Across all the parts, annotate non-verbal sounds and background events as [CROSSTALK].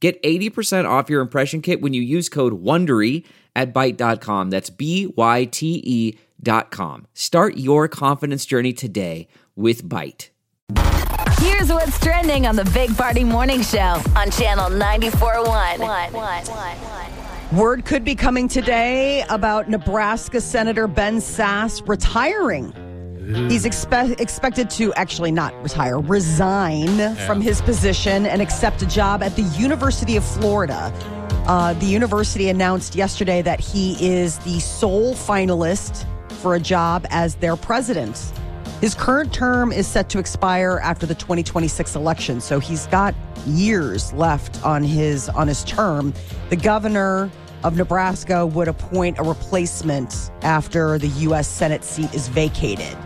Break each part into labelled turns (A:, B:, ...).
A: Get 80% off your impression kit when you use code WONDERY at Byte.com. That's b y t e dot com. Start your confidence journey today with Byte.
B: Here's what's trending on the Big Party Morning Show on Channel 94.1.
C: Word could be coming today about Nebraska Senator Ben Sass retiring. He's expe- expected to actually not retire, resign from his position and accept a job at the University of Florida. Uh, the university announced yesterday that he is the sole finalist for a job as their president. His current term is set to expire after the 2026 election, so he's got years left on his on his term. The governor of Nebraska would appoint a replacement after the US Senate seat is vacated.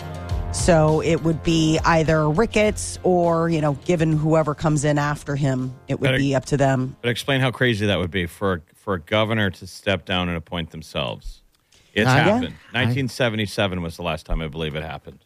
C: So it would be either Ricketts or, you know, given whoever comes in after him, it would
D: Gotta-
C: be up to them.
D: But explain how crazy that would be for for a governor to step down and appoint themselves. It's
C: yeah.
D: happened. 1977 was the last time I believe it happened.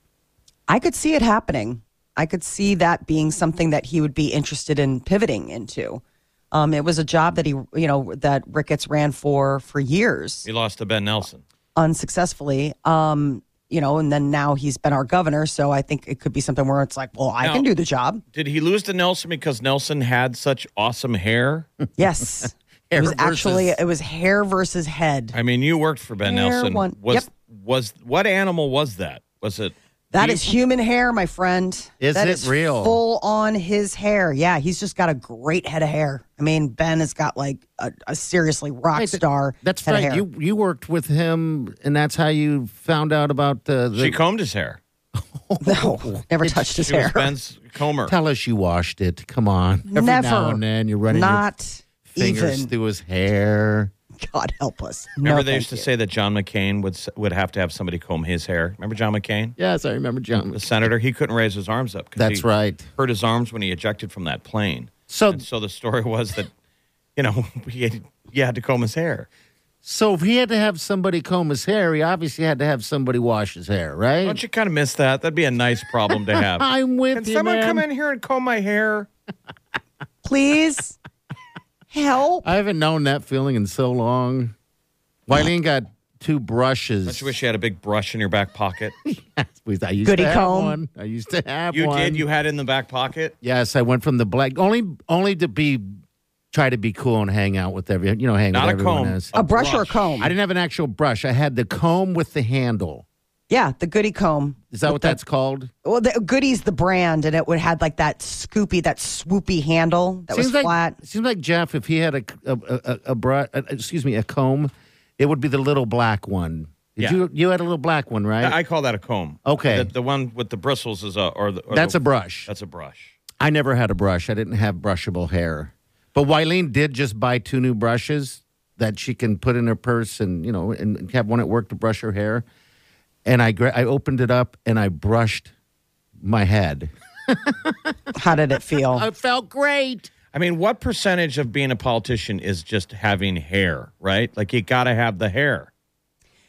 C: I could see it happening. I could see that being something that he would be interested in pivoting into. Um, it was a job that he, you know, that Ricketts ran for for years
D: He lost to Ben Nelson.
C: unsuccessfully. Um, you know, and then now he's been our governor, so I think it could be something where it's like, well, I
D: Now-
C: can do the job.
D: Did he lose to Nelson because Nelson had such awesome
C: [LAUGHS]
D: hair?
C: Yes, it
E: Hair
C: was actually
E: versus-
C: it was hair versus head.
D: I mean, you worked for Ben
C: Hair
D: Nelson.
C: one-
D: Was
C: yep.
D: was what animal was that? Was it
C: That
D: beef?
C: is human hair, my friend.
E: Is
C: That
E: it real?
C: Full on his hair. Yeah, he's just got a great head of hair. I mean, Ben has got like a, a seriously rock
E: Right, that-
C: star.
E: That's
C: head of
E: right.
C: hair.
E: You you worked with him, and that's how you found out about the. the
D: She combed his hair.
C: [LAUGHS] no, never touched his
D: She was
C: hair.
D: Ben's comber.
E: tell us you washed it. Come on. Every
C: never.
E: now and then you're running
C: Not
E: your fingers
C: even.
E: through his hair.
C: God help us. No,
D: Remember, they
C: thank
D: used to
C: you.
D: say that John McCain would s- would have to have somebody comb his hair. Remember John McCain,
E: Yes, I remember John.
D: the senator? He couldn't raise his arms up. 'cause
E: That's
D: he
E: right.
D: Hurt his arms when he ejected from that plane.
E: So
D: And so the story was that, you know, [LAUGHS] he had, he had to comb his hair.
E: so if he had to have somebody comb his hair, he obviously had to have somebody wash his hair,
D: Don't
E: right?
D: you kind of miss that? That'd be a nice problem to
E: [LAUGHS]
D: have.
E: I'm with
D: Can
E: you,
D: someone
E: man.
D: come in here and comb my hair?
C: please help.
E: I haven't known that feeling in so long. Wileen got two brushes.
D: Don't you wish you had a big brush in your back
E: [LAUGHS]
D: pocket?
E: I used
C: Goody
E: to have
C: comb.
E: one. I used to have
D: You
E: one.
D: did. You had it in the back pocket.
E: Yes, I went from the black only only to be try to be cool and hang out with everyone. You know, hang
D: Not
E: with
D: a
E: everyone
D: comb.
E: else.
C: A brush or a
D: brush.
C: comb?
E: I didn't have an actual brush. I had the comb with the handle.
C: yeah, the goody comb.
E: Is that what that's called?
C: Well, the Goody's the brand, and it would had like that scoopy, that swoopy handle that was
E: like
C: flat.
E: seems like Jeff. If he had a a a, a, brush, excuse me, a comb, it would be the little black one. Did
D: Yeah.
E: You you had a little black one, right?
D: I call that a comb.
E: Okay.
D: The, the one with the bristles is a or, the, or
E: that's
D: the-
E: a brush.
D: That's a brush.
E: I never had a brush. I didn't have brushable hair. But Wileen did just buy two new brushes that she can put in her purse and, you know, and have one at work to brush her hair. And I, gra- I opened it up and I brushed my head.
C: How did it feel?
E: [LAUGHS] It felt great.
D: I mean, what percentage of being a politician is just having hair, right? Like you got to have the hair.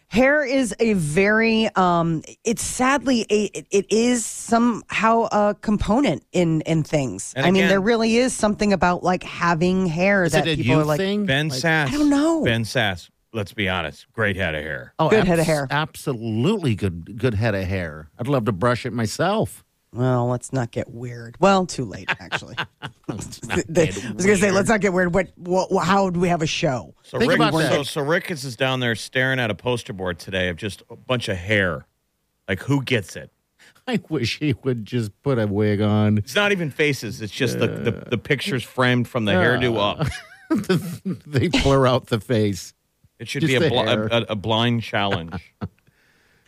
C: Hair is a very um it's sadly a it- it is somehow a component in in things.
D: And
C: I mean
D: again-
C: there really is something about like having hair
E: Is
C: that
E: it a
C: people
E: you
C: are like
E: thing?
D: Ben Sass.
C: I don't know.
D: Ben Sass. Let's be honest. Great head of hair.
E: oh,
C: good head of hair.
E: Absolutely good, good head of hair. I'd love to brush it myself. [LAUGHS]
C: well, let's not get weird. Well, too late actually. [LAUGHS] The- the- I was going to say let's not get weird. What, what how would we have a show?
D: So
E: Think
D: Rick,
E: about
D: so,
E: that.
D: so Ricketts is down there staring at a poster board today of just a bunch of hair. Like who gets it?
E: I wish he would just put a wig on. [LAUGHS]
D: It's not even faces. It's just the, the, the pictures framed from the hairdo up.
E: they blur out the face.
D: It should
E: [LAUGHS] Just
D: be a,
E: the
D: bl-
E: hair.
D: a, a, a blind
E: [LAUGHS]
D: challenge.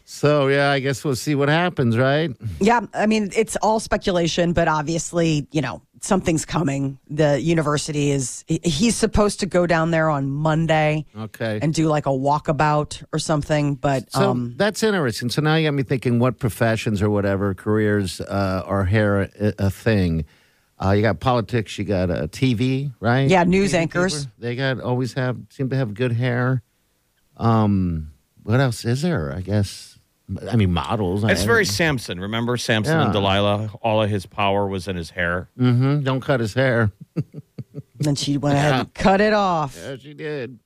E: So, yeah, I guess we'll see what happens, right?
C: Yeah, I mean it's all speculation, but obviously, you know, something's coming. The university is he- he's supposed to go down there on Monday
E: Okay.
C: and do like a walkabout or something, but
E: So
C: um
E: that's interesting. So now you got me thinking what professions or whatever careers uh, are hair a, a thing. Uh, you got politics, you got uh, TV, right?
C: yeah, news anchors.
E: They got always have seem to have good hair. Um, what else is there? I guess. I mean, models.
D: It's
E: I,
D: very Samson. Remember Samson and
E: Yeah.
D: Delilah? All of his power was in his hair.
E: Mhm, Don't cut his hair.
C: And then she went ahead and cut it off.
E: Yes, you did.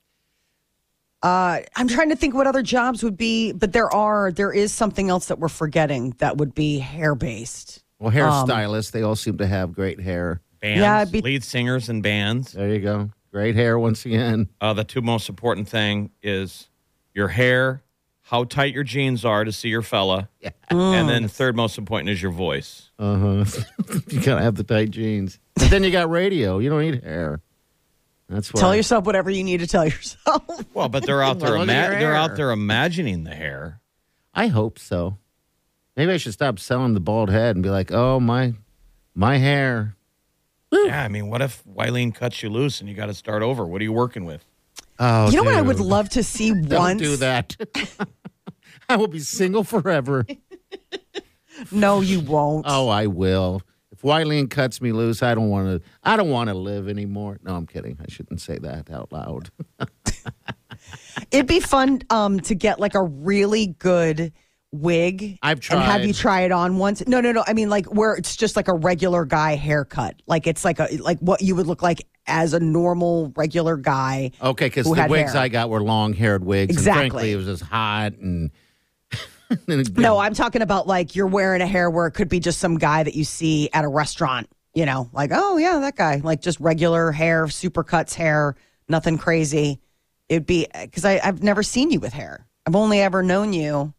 C: Uh, I'm trying to think what other jobs would be, but there are there is something else that we're forgetting that would be hair based.
E: Well, hairstylists. they all seem to have great hair.
D: Bands,
C: Yeah, it'd be-
D: lead singers and bands.
E: There you go. Great hair once again.
D: Uh, the two most important thing is your hair, how tight your jeans are to see your fella, and
E: Mm.
D: then third most important is your voice.
E: Uh huh. [LAUGHS] you gotta have the tight jeans. But then you got radio. You don't need hair. That's why.
C: Tell yourself whatever you need to tell [LAUGHS] yourself.
D: Well, but they're
E: [LAUGHS]
D: out there.
E: Look at
D: ima-
E: your
D: they're
E: hair.
D: out there imagining the hair.
E: I hope so. Maybe I should stop selling the bald head and be like, oh my, my hair.
D: Yeah, I mean, what if Wileen cuts you loose and you got to start over? What are you working with?
E: Oh,
C: you know what I would
E: dude.
C: love to see
E: Don't
C: once?
E: do that. [LAUGHS] I will be
C: [LAUGHS]
E: single forever.
C: No, you won't.
E: Oh, I will. If Wileen cuts me loose, I don't want to. I don't want to live anymore. No, I'm kidding. I shouldn't say that out loud.
C: It'd be fun um, to get like a really good wig.
E: I've
C: And have
E: tried.
C: you try it on once? No, no, no. I mean, like where it's just like a regular guy haircut. Like it's like a like what you would look like as a normal regular guy.
E: Okay, because
C: Who
E: the
C: had
E: wigs
C: hair.
E: I got were long-haired wigs.
C: Exactly.
E: And frankly, it was just hot and. [LAUGHS]
C: No, I'm talking about like you're wearing a hair where it could be just some guy that you see at a restaurant. You know, like oh yeah, that guy. Like just regular hair, super cuts hair, nothing crazy. It'd be because I've never seen you with hair. I've only ever known you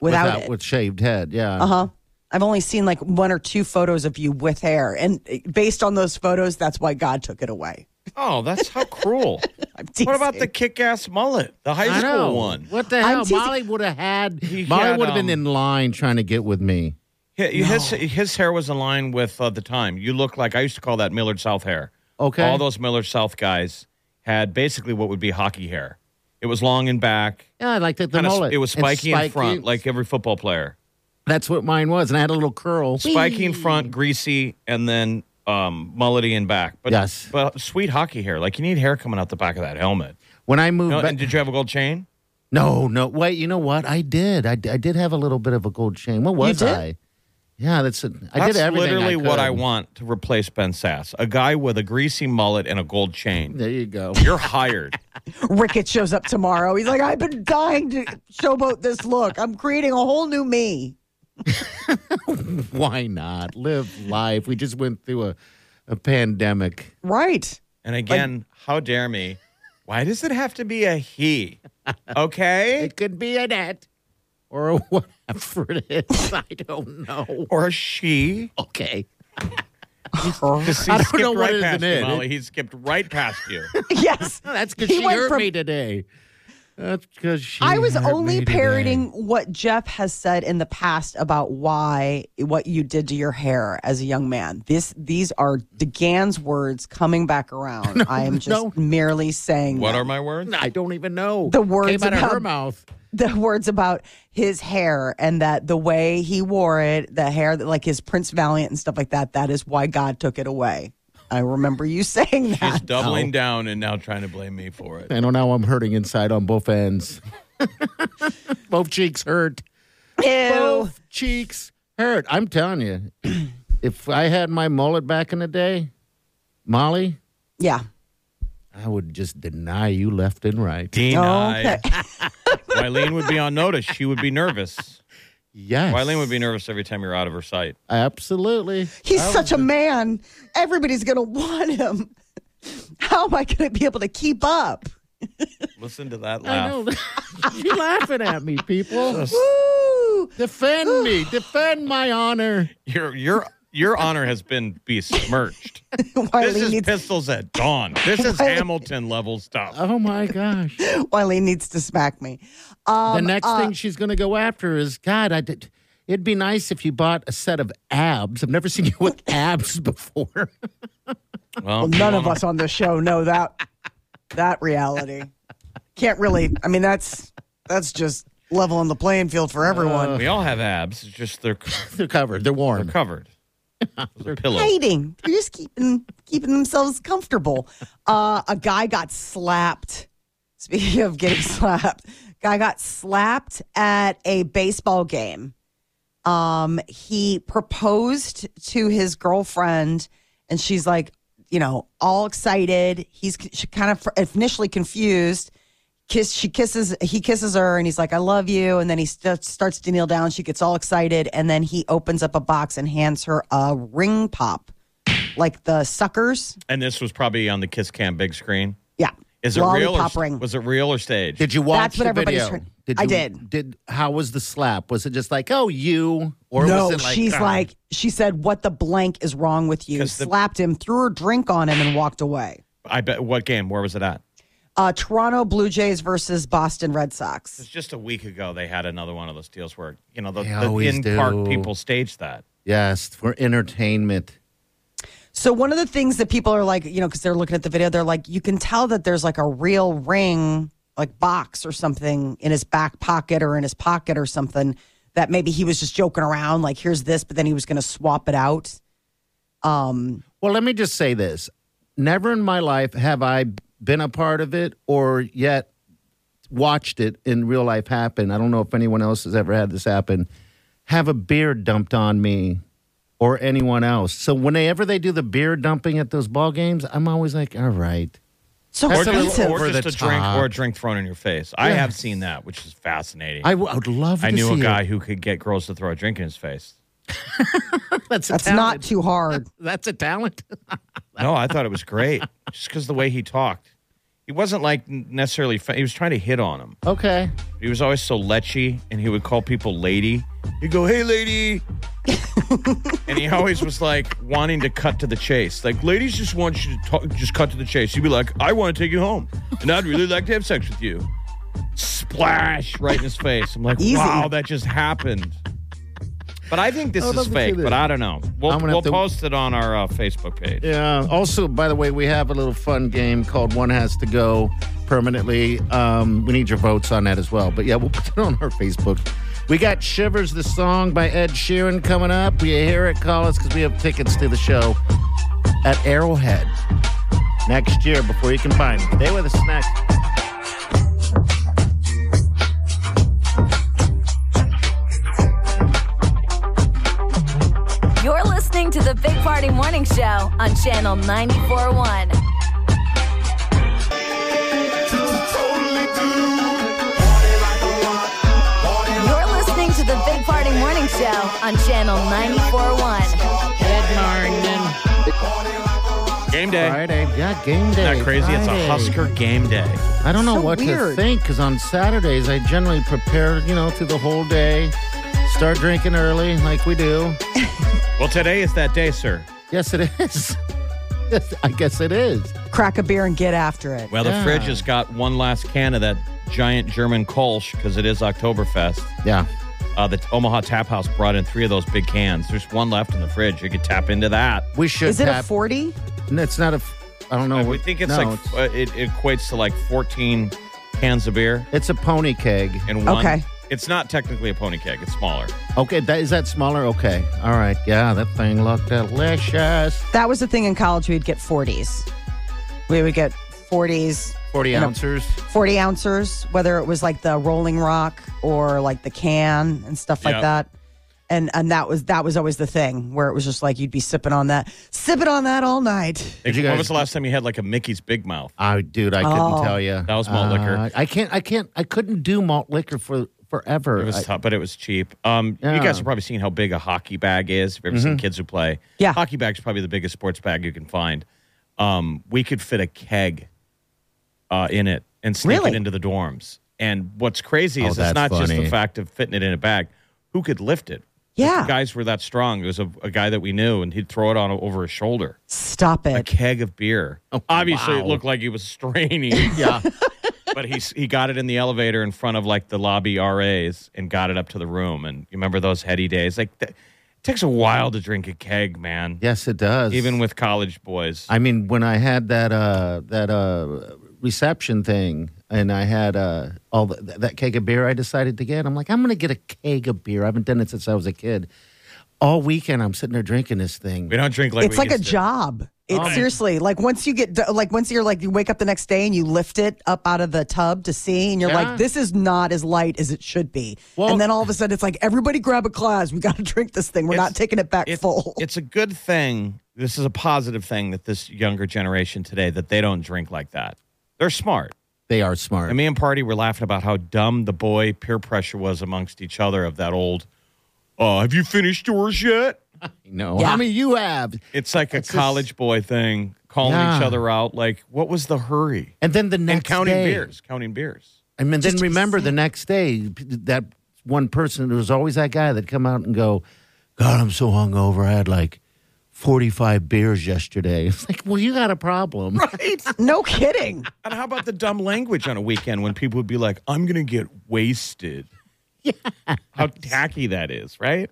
C: without, it.
E: with shaved head. Yeah.
C: Uh huh. I've only seen like one or two photos of you with hair, and eh, based on those photos, that's why God took it away. [LAUGHS]
D: Oh, that's how
E: [LAUGHS]
D: cruel.
C: I'm
D: what about
C: teasing.
D: the kick-ass mullet, the high
E: I know.
D: school one?
E: What the hell?
C: teasing-
E: Molly would have had.
D: He
E: Molly
D: had,
E: would have
D: um,
E: been in line trying to get with me.
D: Hi- His his hair was in line with uh, the time. You look like I used to call that Millard South hair.
E: Okay.
D: all those Millard South guys had basically what would be hockey hair. It was long and back.
E: Yeah, I like that. The
D: kinda sp-
E: mullet.
D: it was
E: And
D: spiky, in front, like every football player.
E: that's what mine was, and I had a little curl.
D: Spiky in front, greasy, and then um, mullety in back. But
E: Yes.
D: but sweet hockey hair. Like you need hair coming out the back of that helmet.
E: When I moved
D: No,
E: back,
D: and did you have a gold chain?
E: no, no, wait. You know what? I did. I, I did have a little bit of a gold chain. What was
C: did?
E: I? Yeah, that's. A, I
D: That's
E: did everything.
D: literally
E: could.
D: what I want to replace Ben Sass. A guy with a greasy mullet and a gold chain.
E: There
D: [LAUGHS]
E: you go.
D: You're hired.
C: Rickett shows up tomorrow? He's like, I've been dying to showboat this look. I'm creating a whole new me.
E: Why not live life? We just went through a, a pandemic.
C: Right. [LAUGHS]
D: And again, how dare me? Why does it have to be a he? Okay?
E: [LAUGHS] It could be an it or a [LAUGHS] whatever it is. I don't know.
D: Or a she?
C: [LAUGHS]
E: Okay.
D: Because he
E: I don't
D: skipped
E: know what
D: right
E: is
D: past
E: in
D: you,
E: it.
D: Molly. He skipped right past you.
C: yes.
E: That's because
C: He
E: she
C: went
E: hurt
C: from-
E: me today. That's because she.
C: I was
E: hurt
C: only
E: me today.
C: parroting what Jeff has said in the past about why what you did to your hair as a young man. This these are DeGan's words coming back around. I am just
E: [LAUGHS] no.
C: merely saying
D: [LAUGHS] What
C: them.
D: are my words?
E: I don't even know.
C: The words
E: came out of her
C: about-
E: mouth.
C: the [LAUGHS] words about his hair and that the way he wore it, the hair that like his Prince Valiant and stuff like that, that is why God took it away. I remember you [LAUGHS] saying
D: She's
C: that.
D: [LAUGHS] doubling down and now trying to blame me for it.
E: I don't know. I'm hurting inside on both ends. [LAUGHS] both cheeks hurt.
C: Ew.
E: Both cheeks hurt. I'm telling you, [CLEARS THROAT] if I had my mullet back in the day, Molly,
C: [LAUGHS] Yeah.
E: I would just deny you left and right.
D: Denied.
C: Okay.
D: [LAUGHS] Wileen would be on notice. She would be
E: [LAUGHS]
D: nervous.
E: Yes,
D: Wileen would be nervous every time you're out of her sight.
E: absolutely.
C: [LAUGHS] He's such a man. Everybody's going to want him. [LAUGHS] How am I going to be able to keep up?
D: Listen to that laugh.
E: I know. [LAUGHS] You're laughing at me, people.
C: [LAUGHS] Woo!
E: Defend me. Defend my honor.
D: Your your your honor has been
E: [LAUGHS]
D: besmirched. this
C: Wiley
D: is
C: needs,
D: pistols at dawn. This is Hamilton level stuff.
E: Oh my gosh.
C: Wiley needs to smack me. Uh, Um,
E: the next thing she's going to go after is God. I did. It'd be nice if you bought a set of abs. I've never seen you
C: [LAUGHS]
E: with abs before.
D: Well,
C: None of us on this show know that that reality. Can't really. I mean, that's that's just leveling the playing field for everyone.
D: we all have abs. It's just they're c-
E: they're covered. They're warm. [LAUGHS]
D: covered. They're pillow.
C: hiding. They're just keeping keeping themselves comfortable. Uh, a guy got slapped. Speaking of getting [LAUGHS] slapped, guy got slapped at a baseball game. Um, he proposed to his girlfriend, and she's like, you know, all excited. He's she kind of initially confused. Kiss. She kisses. He kisses her, and he's like, "I love you." And then he st- starts to kneel down. She gets all excited, and then he opens up a box and hands her a ring pop, like the suckers.
D: And this was probably on the Kiss Cam big screen.
C: Yeah.
D: Is it real? Or,
C: Lollipop
D: st-
C: ring.
D: Was it real or staged?
E: Did you watch
C: That's what
E: the
C: everybody's
E: video?
C: trying-
E: Did
C: I
E: you,
C: did.
E: Did how was the slap? Was it just like, oh, you, or
C: no,
E: was it like,
C: she's
E: "Ah."
C: like, she said, "What the blank is wrong with you?"
D: 'Cause uh, the-
C: Slapped him, threw her drink on him, and walked away.
D: I bet. What game? Where was it at?
C: Uh, Toronto Blue Jays versus Boston Red Sox.
D: It's just a week ago they had another one of those deals where you know the,
E: They
D: the
E: always
D: in park
E: do.
D: people staged that.
E: yes, for entertainment.
C: So one of the things that people are like, you know, because they're looking at the video, they're like, you can tell that there's like a real ring, like box or something in his back pocket or in his pocket or something that maybe he was just joking around, like here's this, but then he was going to swap it out. Um,
E: Well, let me just say this: never in my life have I been a part of it, or yet watched it in real life happen. I don't know if anyone else has ever had this happen. Have a beard dumped on me or anyone else. So whenever they do the beard dumping at those ball games, I'm always like, all right.
C: so
E: Or
D: Or
E: That's a
D: just,
E: little
D: or
E: over
D: just
E: the
D: a drink
E: top.
D: or a drink thrown in your face. I have seen that, which is fascinating.
E: I
D: I,
E: w- I would love. to
D: knew a
E: see
D: guy
E: It.
D: who could get girls to throw a drink in his face.
E: That's a
C: That's
E: talent.
C: not too hard.
E: That's a talent. [LAUGHS]
D: No, I thought it was great [LAUGHS] just because the way he talked. He wasn't like necessarily. Fa- he was trying to hit on him.
E: okay.
D: He was always so lechy, and he would call people lady. He'd go, "Hey, lady," and he always was like wanting to cut to the chase. Like, ladies just want you to talk, just cut to the chase. He'd be like, "I want to take you home, and I'd really like to have sex with you." Splash right in his face. I'm like,
C: Easy.
D: "Wow, that just happened." But I think this
E: Oh,
D: is
E: doesn't
D: fake.
E: do that.
D: But I don't know. We'll,
E: I'm gonna
D: we'll
E: have to-
D: post it on our uh, Facebook page.
E: Yeah. Also, by the way, we have a little fun game called One Has to Go Permanently. Um, we need your votes on that as well. But yeah, we'll put it on our Facebook. We got Shivers, the song by Ed Sheeran coming up. You hear it, call us because we have tickets to the show at Arrowhead next year before you can find them. Stay with us next.
B: You're listening to the Big Party Morning Show on Channel 941. You're listening to the Big Party Morning Show on Channel 941.
D: Game day.
E: Friday. Yeah, game day.
D: Isn't that crazy? It's a
E: Friday.
D: Husker game day.
E: I don't know
C: So
E: what
C: weird.
E: to think because on Saturdays I generally prepare, you know, through the whole day, start drinking early like we do.
D: Well, today is that day, sir.
E: Yes, it is. [LAUGHS] Yes, I guess it is.
C: Crack a beer and get after it.
D: Well, the
E: Yeah.
D: fridge has got one last can of that giant German Kolsch because it is Oktoberfest.
E: Yeah.
D: Uh, the Omaha Tap House brought in three of those big cans. There's one left in the fridge. You could tap into that.
E: We should
C: Is it a
E: tap-
C: 40?
E: No, It's not a. f- I don't know.
D: I would think it's
E: no,
D: like
E: It's,
D: uh, it, it equates to like 14 cans of beer
E: it's a pony keg.
D: in one.
C: Okay.
D: It's not technically a pony keg. It's smaller.
E: Okay, that, is that smaller? Okay. All right. Yeah, that thing looked delicious.
C: That was the thing in college. We'd get 40s. We would get 40s,
E: 40
C: And a-
E: ounces.
C: 40 ounces, whether it was like the Rolling Rock or like the can and stuff like
D: Yeah.
C: that. And and that was that was always the thing where it was just like you'd be sipping on that, sipping on that all night.
E: Did you
D: when
E: guys-
D: was the last time you had like a Mickey's Big Mouth?
E: Oh, dude, I couldn't
C: Oh.
E: tell you.
D: That was malt liquor.
E: I can't, I can't, I couldn't do malt liquor for forever.
D: It was
E: I-
D: tough, but it was cheap. Um, You
E: Yeah. Mm-hmm.
D: guys have probably seen how big a hockey bag is. Have you ever seen kids who play?
C: Yeah.
D: Hockey bag's probably the biggest sports bag you can find. Um, we could fit a keg uh, in it and sneak
C: Really?
D: it into the dorms. And what's crazy
E: Oh,
D: is it's
E: that's
D: not just the
E: funny.
D: fact of fitting it in a bag. Who could lift it?
C: Yeah.
D: Guys were that strong. It was a, a guy that we knew, and he'd throw it on over his shoulder.
C: Stop
D: A
C: it.
D: keg of beer. oh, Obviously, it
E: wow.
D: looked like he was straining.
E: yeah.
D: [LAUGHS] but he's he got it in the elevator in front of like the lobby RAs and got it up to the room. And you remember those heady days? Like that, it takes a while to drink a keg, man.
E: Yes, it does.
D: Even with college boys.
E: I mean, when I had that uh, that uh, reception thing, and I had uh, all the, that keg of beer, I decided to get. I'm like, I'm gonna get a keg of beer. I haven't done it since I was a kid. All weekend, I'm sitting there drinking this thing.
D: we don't drink like
C: it's
D: we
C: like a
D: used Oh, to.
C: job. It's seriously like once you get do- like once you're like you wake up the next day and you lift it up out of the tub to see and you're
E: Yeah.
C: like this is not as light as it should be.
E: Well-
C: and then all of a sudden it's like everybody grab a glass. We got to [LAUGHS] drink this thing. We're
D: It's-
C: not taking it back
D: It-
C: full.
D: It's a good thing. This is a positive thing that this younger generation today that they don't drink like that. They're smart.
E: They are smart.
D: And me and Party were laughing about how dumb the boy peer pressure was amongst each other of that old. Oh, have you finished yours yet?
E: no,
C: Yeah.
E: how many you have?
D: It's like a college boy thing, calling each
E: Yeah.
D: other out. Like, what was the hurry?
E: And then the next
D: and counting
E: day,
D: beers, counting beers.
E: And then remember the next day p- that one person, there was always that guy that'd come out and go, God, I'm so hungover. I had like 45 beers yesterday. [LAUGHS] It's like, well, you got a problem.
C: [LAUGHS] no kidding.
D: And how about the dumb language on a weekend when people would be like, "I'm gonna get wasted"?
E: [LAUGHS]
D: How tacky that is, right?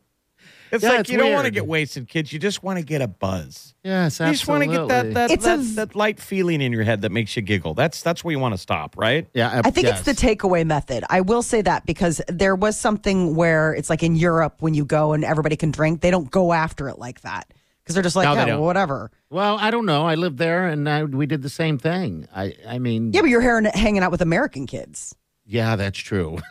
D: It's
E: Yeah,
D: like
E: it's
D: you don't want to
E: weird.
D: get wasted, kids. You just want to get a buzz.
E: Yes,
D: You just want
E: absolutely.
D: to get that that,
C: It's
D: that,
C: a-
D: that light feeling in your head that makes you giggle. That's that's where you want to stop, right?
E: yeah,
C: I think it's
E: Uh, yes.
C: the takeaway method. I will say that because there was something where it's like in Europe when you go and everybody can drink, they don't go after it like that because they're just like,
E: No, they
C: yeah,
E: don't.
C: well, whatever.
E: well, I don't know. I lived there and I, we did the same thing. I, I mean,
C: Yeah, but you're here and hanging out with American kids.
E: yeah, that's true. [LAUGHS]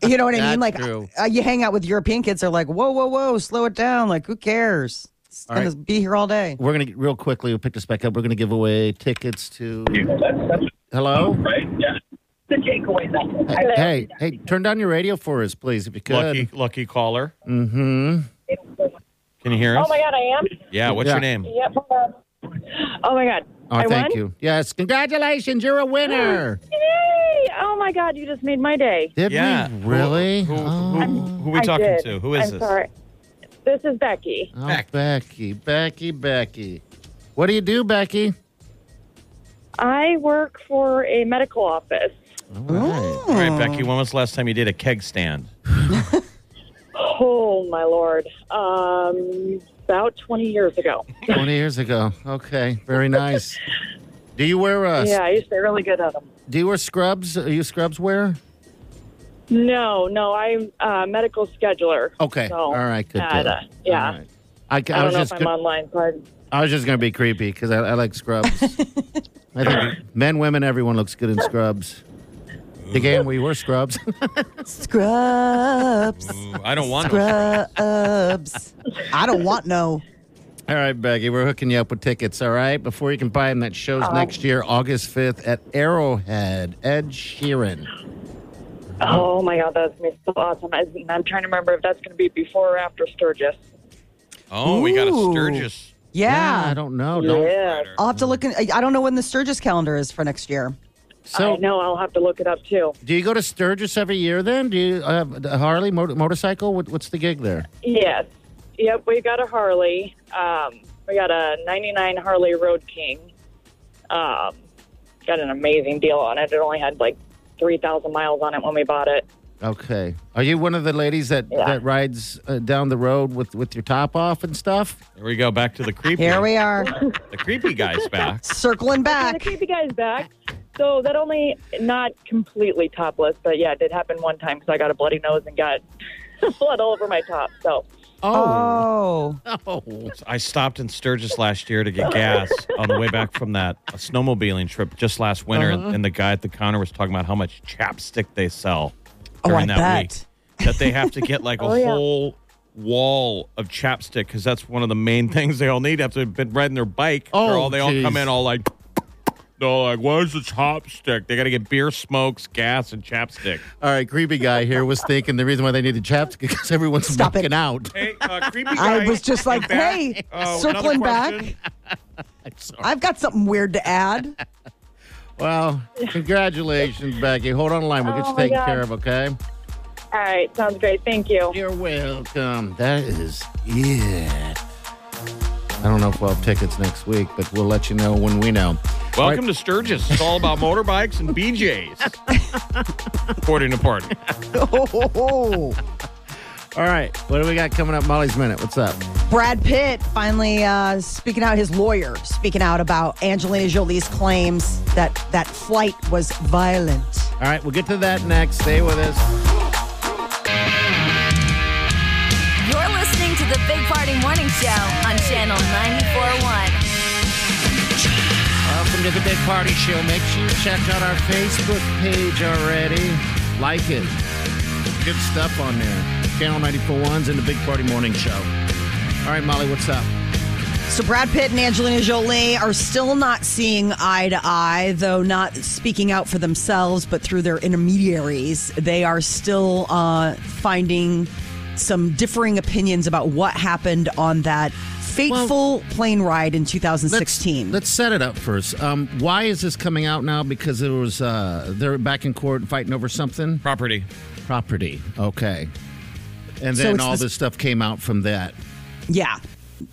C: You know what I mean? Like
E: That's true.
C: uh, you hang out with European kids, they're like, whoa, whoa, whoa, slow it down. Like who cares? It's gonna be here all day.
E: We're going to real quickly we'll pick this back up. We're going to give away tickets to. Hello? Right? Yeah. The takeaway. Hey, hey, hey, turn down your radio for us, please, if you could.
D: Lucky lucky caller. Mm-hmm. Can you hear us?
F: Oh my god, I am.
D: Yeah. What's your
E: Yeah.
D: name?
F: Yep. Oh my god.
E: Oh,
F: I
E: thank
F: won?
E: you. Yes, congratulations, you're a winner.
F: Yay! Oh my god, you just made my day.
E: Did
D: Yeah.
E: we really?
D: Who, who,
E: oh,
D: who, who we
F: I
D: talking
F: did.
D: to? Who is
F: I'm
D: this?
F: Sorry. This is Becky.
E: oh, Becky, Becky, Becky. What do you do, Becky?
F: I work for a medical office.
E: All right.
D: All right, Becky. When was the last time you did a keg stand?
F: Oh my lord. Um, about 20 years ago.
E: Twenty years ago. Okay, very nice. Do you wear uh,
F: Yeah, I used to be really good at them.
E: Do you wear scrubs? Are you a scrubs wear?
F: No, no, I'm a medical scheduler.
E: Okay.
F: So,
E: All right. Good.
F: uh,
E: deal.
F: yeah.
E: All right. I, I
F: I don't
E: was
F: know
E: just
F: if I'm
E: go-
F: online, but
E: I was just gonna be creepy because I, I like
F: [LAUGHS]
E: scrubs. I think men, women, everyone looks good in scrubs. Again, we were scrubs. [LAUGHS]
C: Scrubs.
D: Ooh, I don't want. to.
C: Scrubs. I don't want no.
E: All right, Becky, we're hooking you up with tickets, all right? Before you can buy them, that show's
F: Oh.
E: next year, August 5th at Arrowhead, Ed Sheeran.
F: oh my god, that's me so awesome. I, I'm trying to remember if that's going to be before or after Sturgis.
D: Oh, we got a
C: Ooh.
D: Sturgis.
E: I
C: Yeah.
E: don't know. Don't.
F: Yeah.
C: I'll have to look. In, I I don't know when the Sturgis calendar is for next year.
F: I
E: So,
F: know. I'll have to look it up too.
E: do you go to Sturgis every year then? Do you have a Harley mo- motorcycle? What, what's the gig there?
F: Yes. Yep. We got a Harley. Um, we got a '99 Harley Road King. Um, got an amazing deal on it. It only had like 3,000 miles on it when we bought it.
E: Okay. Are you one of the ladies that,
F: Yeah.
E: that rides uh, down the road with, with your top off and stuff?
D: Here we go back to the creepy.
C: Here we are,
D: the creepy guy's back.
C: circling
F: And the
C: back.
F: creepy guy's back. So that only not completely topless, but yeah, it did happen one time because I got a bloody nose and got [LAUGHS] blood all over my top. So
C: Oh,
D: I stopped in Sturgis last year to get gas on the way back from that a snowmobiling trip just last winter,
C: Uh-huh.
D: and, and the guy at the counter was talking about how much chapstick they sell
C: Oh,
D: during
C: I
D: that
C: bet. Oh,
D: week. That they have to get
C: [LAUGHS]
D: like a
F: yeah.
D: whole wall of chapstick because that's one of the main [LAUGHS] things they all need after they've been riding their bike. or
E: Oh,
D: all they all come
E: geez.
D: in all like. They're all like, where's the chapstick? They got to get beer, smokes, gas, and chapstick.
E: All right, creepy guy here was thinking the reason why they needed chapstick because everyone's
C: Stop it.
E: walking out.
D: Hey, uh, creepy guy.
C: I was just like,
D: back.
C: hey,
D: Oh, another
C: circling back.
D: question?
C: I've got something weird to
D: [LAUGHS]
C: add.
E: Well, congratulations, Becky. Hold on the line. We'll get
F: Oh,
E: you
F: my
E: taken
F: God.
E: care of, okay?
F: all right, sounds great. Thank you.
E: You're welcome. That is it. I I don't know if we'll have tickets next week, but we'll let you know when we know.
D: Welcome to Sturgis. It's all about motorbikes and
E: [LAUGHS]
D: BJs. According to Party.
C: Oh,
E: All right. What do we got coming up? Molly's Minute. What's up?
C: Brad Pitt finally uh, speaking out. His lawyer speaking out about Angelina Jolie's claims that that flight was violent.
E: All right. We'll get to that next. Stay with us.
B: You're listening to the Big Party Morning Show on Channel 941.
E: Welcome to the Big Party Show. Make sure you check out our Facebook page already. Like it. Good stuff on there. Channel 94.1's in the Big Party Morning Show. All right, Molly, what's up?
C: So Brad Pitt and Angelina Jolie are still not seeing eye to eye, though not speaking out for themselves, but through their intermediaries, they are still uh, finding some differing opinions about what happened on that fateful plane ride in 2016.
E: Let's set it up first. Um, why is this coming out now? Because it was uh, they're back in court fighting over something
D: Property.
E: property. Okay, and
C: So
E: then
C: it's
E: all
C: this-
E: this stuff came out from that.
C: yeah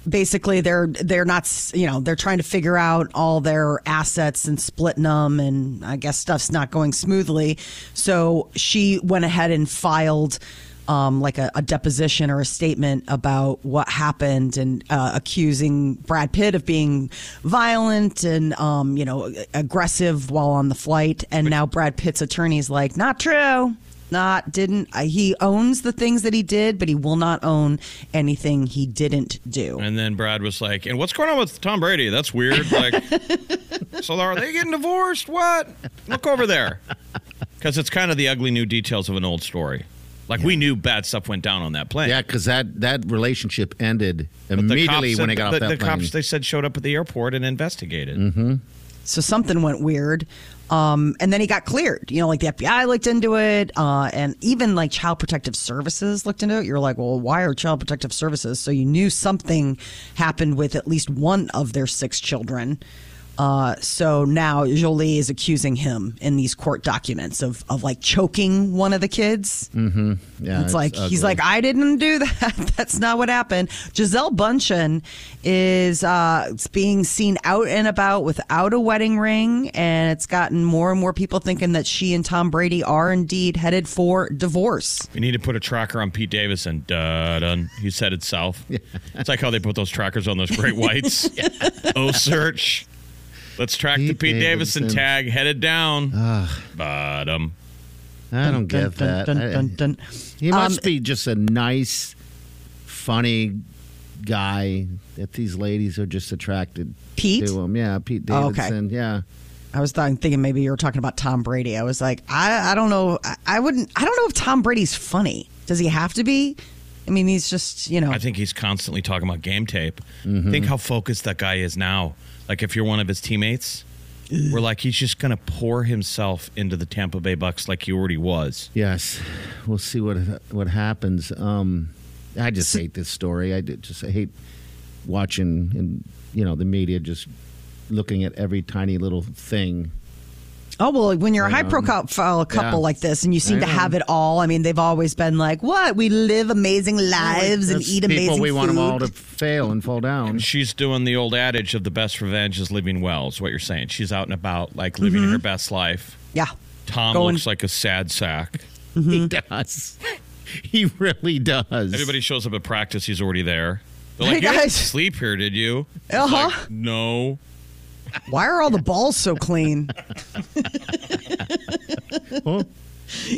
C: basically they're they're not s- you know they're trying to figure out all their assets and splitting them and i guess stuff's not going smoothly so she went ahead and filed um, like a, a deposition or a statement about what happened and uh, accusing brad pitt of being violent and um, you know aggressive while on the flight and now brad pitt's attorney's like not true not didn't uh, he owns the things that he did but he will not own anything he didn't do
D: And then Brad was like, and what's going on with Tom Brady? That's weird.
E: [LAUGHS]
D: Like, so are they getting divorced? What? Look over there. Because it's kind of the ugly new details of an old story. Like, we knew bad stuff went down on that plane.
E: Yeah, because that that relationship ended
D: The
E: immediately
D: cops
E: when
D: said-
E: they got
D: the,
E: off that
D: the
E: plane. Mm-hmm.
D: cops, they said, showed up at the airport and investigated.
C: so something went weird um, and then he got cleared you know like the fbi looked into it uh, and even like child protective services looked into it you're like well why are child protective services so you knew something happened with at least one of their six children uh, so now Jolie is accusing him in these court documents of, of like choking one of the kids.
E: yeah, uh,
C: It's, like he's
E: ugly.
C: like, I didn't do [LAUGHS] that. That's not what happened. Giselle Bundchen is uh, being seen out and about without a wedding ring, and it's gotten more and more people thinking that she and Tom Brady are indeed headed for divorce.
D: We need to put a tracker on Pete Davis and uh, dun dun. He's headed south. It's like how they put those trackers on those great
E: [LAUGHS]
D: whites. Oh, search. Let's track the
E: Pete
D: Pete Davidson,
E: Davidson.
D: tag headed down. Bottom.
E: I
C: Dun,
E: don't get
C: dun,
E: that.
C: dun,
E: I-
C: dun, dun.
E: He
C: Um,
E: must be just a nice, funny guy that these ladies are just attracted
C: Pete?
E: to him. Yeah, Pete
C: Oh, okay.
E: Davidson. Yeah.
C: I was th- thinking maybe you were talking about Tom Brady. I was like, I, I don't know. I, I wouldn't. I don't know if Tom Brady's funny. Does he have to be? I mean, he's just you know.
D: I think he's constantly talking about game tape.
E: Mm-hmm.
D: Think how focused that guy is now. Like if you're one of his teammates, we're like he's just gonna pour himself into the Tampa Bay Bucks like he already was.
E: Yes, we'll see what what happens. Um, I just hate this story. I did- just I hate watching and you know the media just looking at every tiny little thing.
C: Oh well, when you're a high profile couple
E: Yeah.
C: like this, and you seem
E: I
C: to
E: know.
C: have it all. I mean, they've always been like, "What? We live amazing lives and
E: That's
C: eat
E: people,
C: amazing
E: we want them all to
C: food."
E: fail and fall
C: [LAUGHS]
E: down.
D: She's doing the old adage of the best revenge is living well. Is what you're saying? She's out and about, like living
E: Mm-hmm.
D: her best life.
C: Yeah,
D: Tom
C: Going-
D: looks like a sad sack.
E: He
C: Mm-hmm.
E: does. He really does.
D: Everybody shows up at practice. He's already there. They're like,
C: Hey,
D: you didn't
C: guys."
D: sleep here, did you? He's
C: Uh-huh.
D: like, no.
C: why are all the balls so [LAUGHS] clean?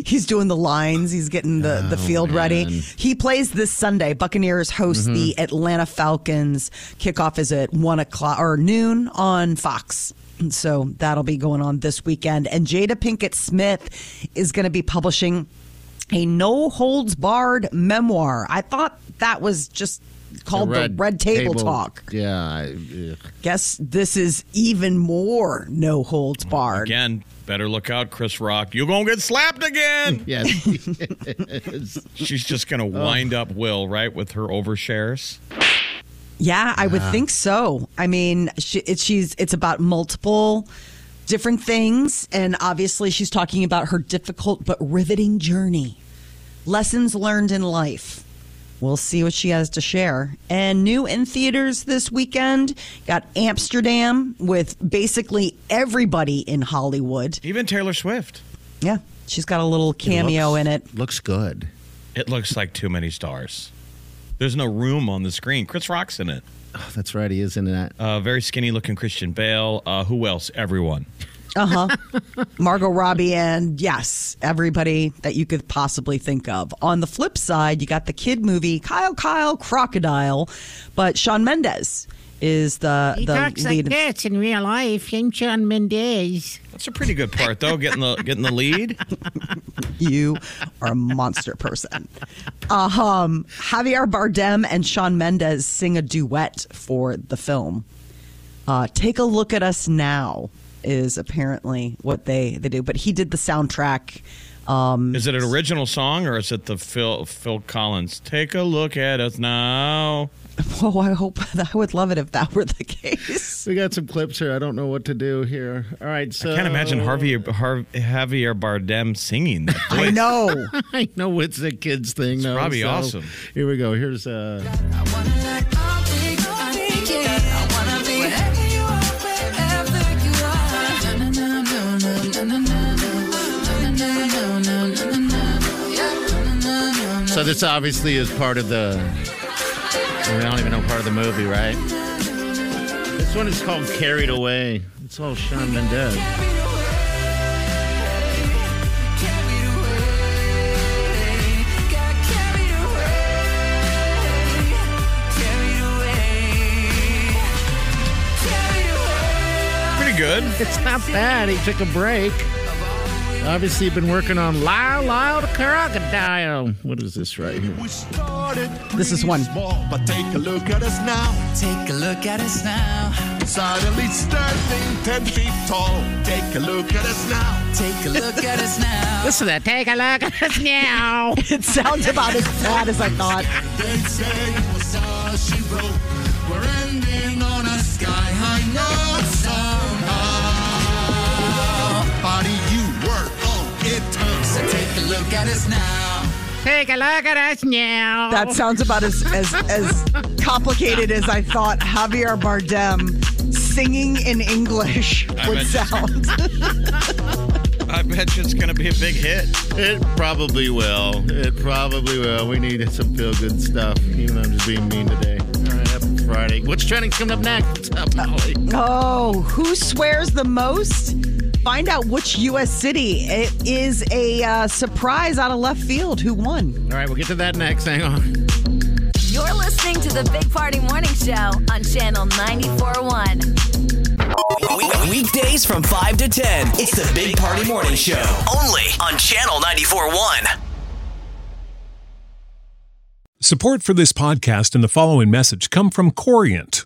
C: He's doing the lines. He's getting the, the field ready.
E: man.
C: He plays this Sunday. Buccaneers host the Atlanta Falcons. Kickoff is at one o'clock or noon on Fox. And So that'll be going on this weekend. And Jada Pinkett Smith is going to be publishing a no holds barred memoir. I thought that was just called the Red, Table, Talk.
E: Yeah. I- ugh.
C: Guess this is even more no holds barred.
D: Again, better look out, Chris Rock. You're gonna get slapped again.
C: [LAUGHS]
E: [LAUGHS] Yes.
D: She's just
C: Oh.
D: going to wind up Will, right, with her overshares.
C: Yeah, I would think so. I mean, she, it, she's it's about multiple different things, and obviously, she's talking about her difficult but riveting journey, lessons learned in life, We'll see what she has to share. And new in theaters this weekend, got Amsterdam with basically everybody in Hollywood.
D: Even Taylor Swift.
C: Yeah, she's got a little cameo
E: Looks-
C: in it.
E: Looks good.
D: It looks like too many stars. There's no room on the screen. Chris Rock's in it.
E: Oh, that's right. He is in that.
D: Uh, very skinny looking Christian Bale. Uh, who else? Everyone.
C: Uh huh. Margot Robbie and yes, everybody that you could possibly think of. On the flip side, you got the kid movie Kyle Kyle Crocodile, but Sean Mendez is the the lead.
E: this in real life. I'm John Mendez.
D: That's a pretty good part though. Getting the getting the lead.
C: [LAUGHS] you are a monster person. Um, Javier Bardem and Sean Mendez sing a duet for the film. Uh, Take a look at us now is apparently what they they do. But he did the soundtrack. Um,
D: Is it an original song or is it the Phil Phil Collins? Take a look at us now.
C: [LAUGHS] oh, I hope I would love it if that were the [LAUGHS] case.
E: We got some clips here. I don't know what to do here. All right. So
D: I can't imagine Harvey Har- Javier Bardem singing that.
C: I
D: voice.
C: know.
E: [LAUGHS] I know it's a kids thing. It's though,
D: probably
E: so
D: awesome.
E: Here we go. Here's uh So this obviously is part of the. I don't even know part of the movie, right? This one is called Carried Away. It's all Sean Mendez.
D: Pretty good.
E: It's not bad. He took a break. Obviously, been working on Lyle Lyle the Crocodile. What is this right here?
C: This is one.
G: Small, but take a look at us now.
H: Take a look at us now.
G: Suddenly standing ten feet tall. Take a look at us now.
H: Take a look at us now.
E: Listen to that. Take a look at us now.
C: [LAUGHS] It sounds about as bad as I thought.
G: [LAUGHS] They say it was all she wrote. We're ending on a sky high note somehow. Body, you were on it turns.
H: So take a look at us now.
E: Take a look at us now.
C: That sounds about as, as as complicated as I thought Javier Bardem singing in English would
D: bet you-
C: sound. [LAUGHS]
D: I bet you it's gonna be a big hit.
E: It probably will. It probably will. We need some feel good stuff. Even I'm just being mean today. All right, happy Friday. What's trending coming up next? What's up, Molly?
C: Oh, who swears the most? Find out which U.S. city. It is a uh, surprise out of left field who won.
E: All right, we'll get to that next. Hang on.
B: You're listening to the Big Party Morning Show on Channel 941.
H: Weekdays from 5 to 10. It's the Big Party Morning Show.
I: Only on Channel 94.1.
J: Support for this podcast and the following message come from Corient.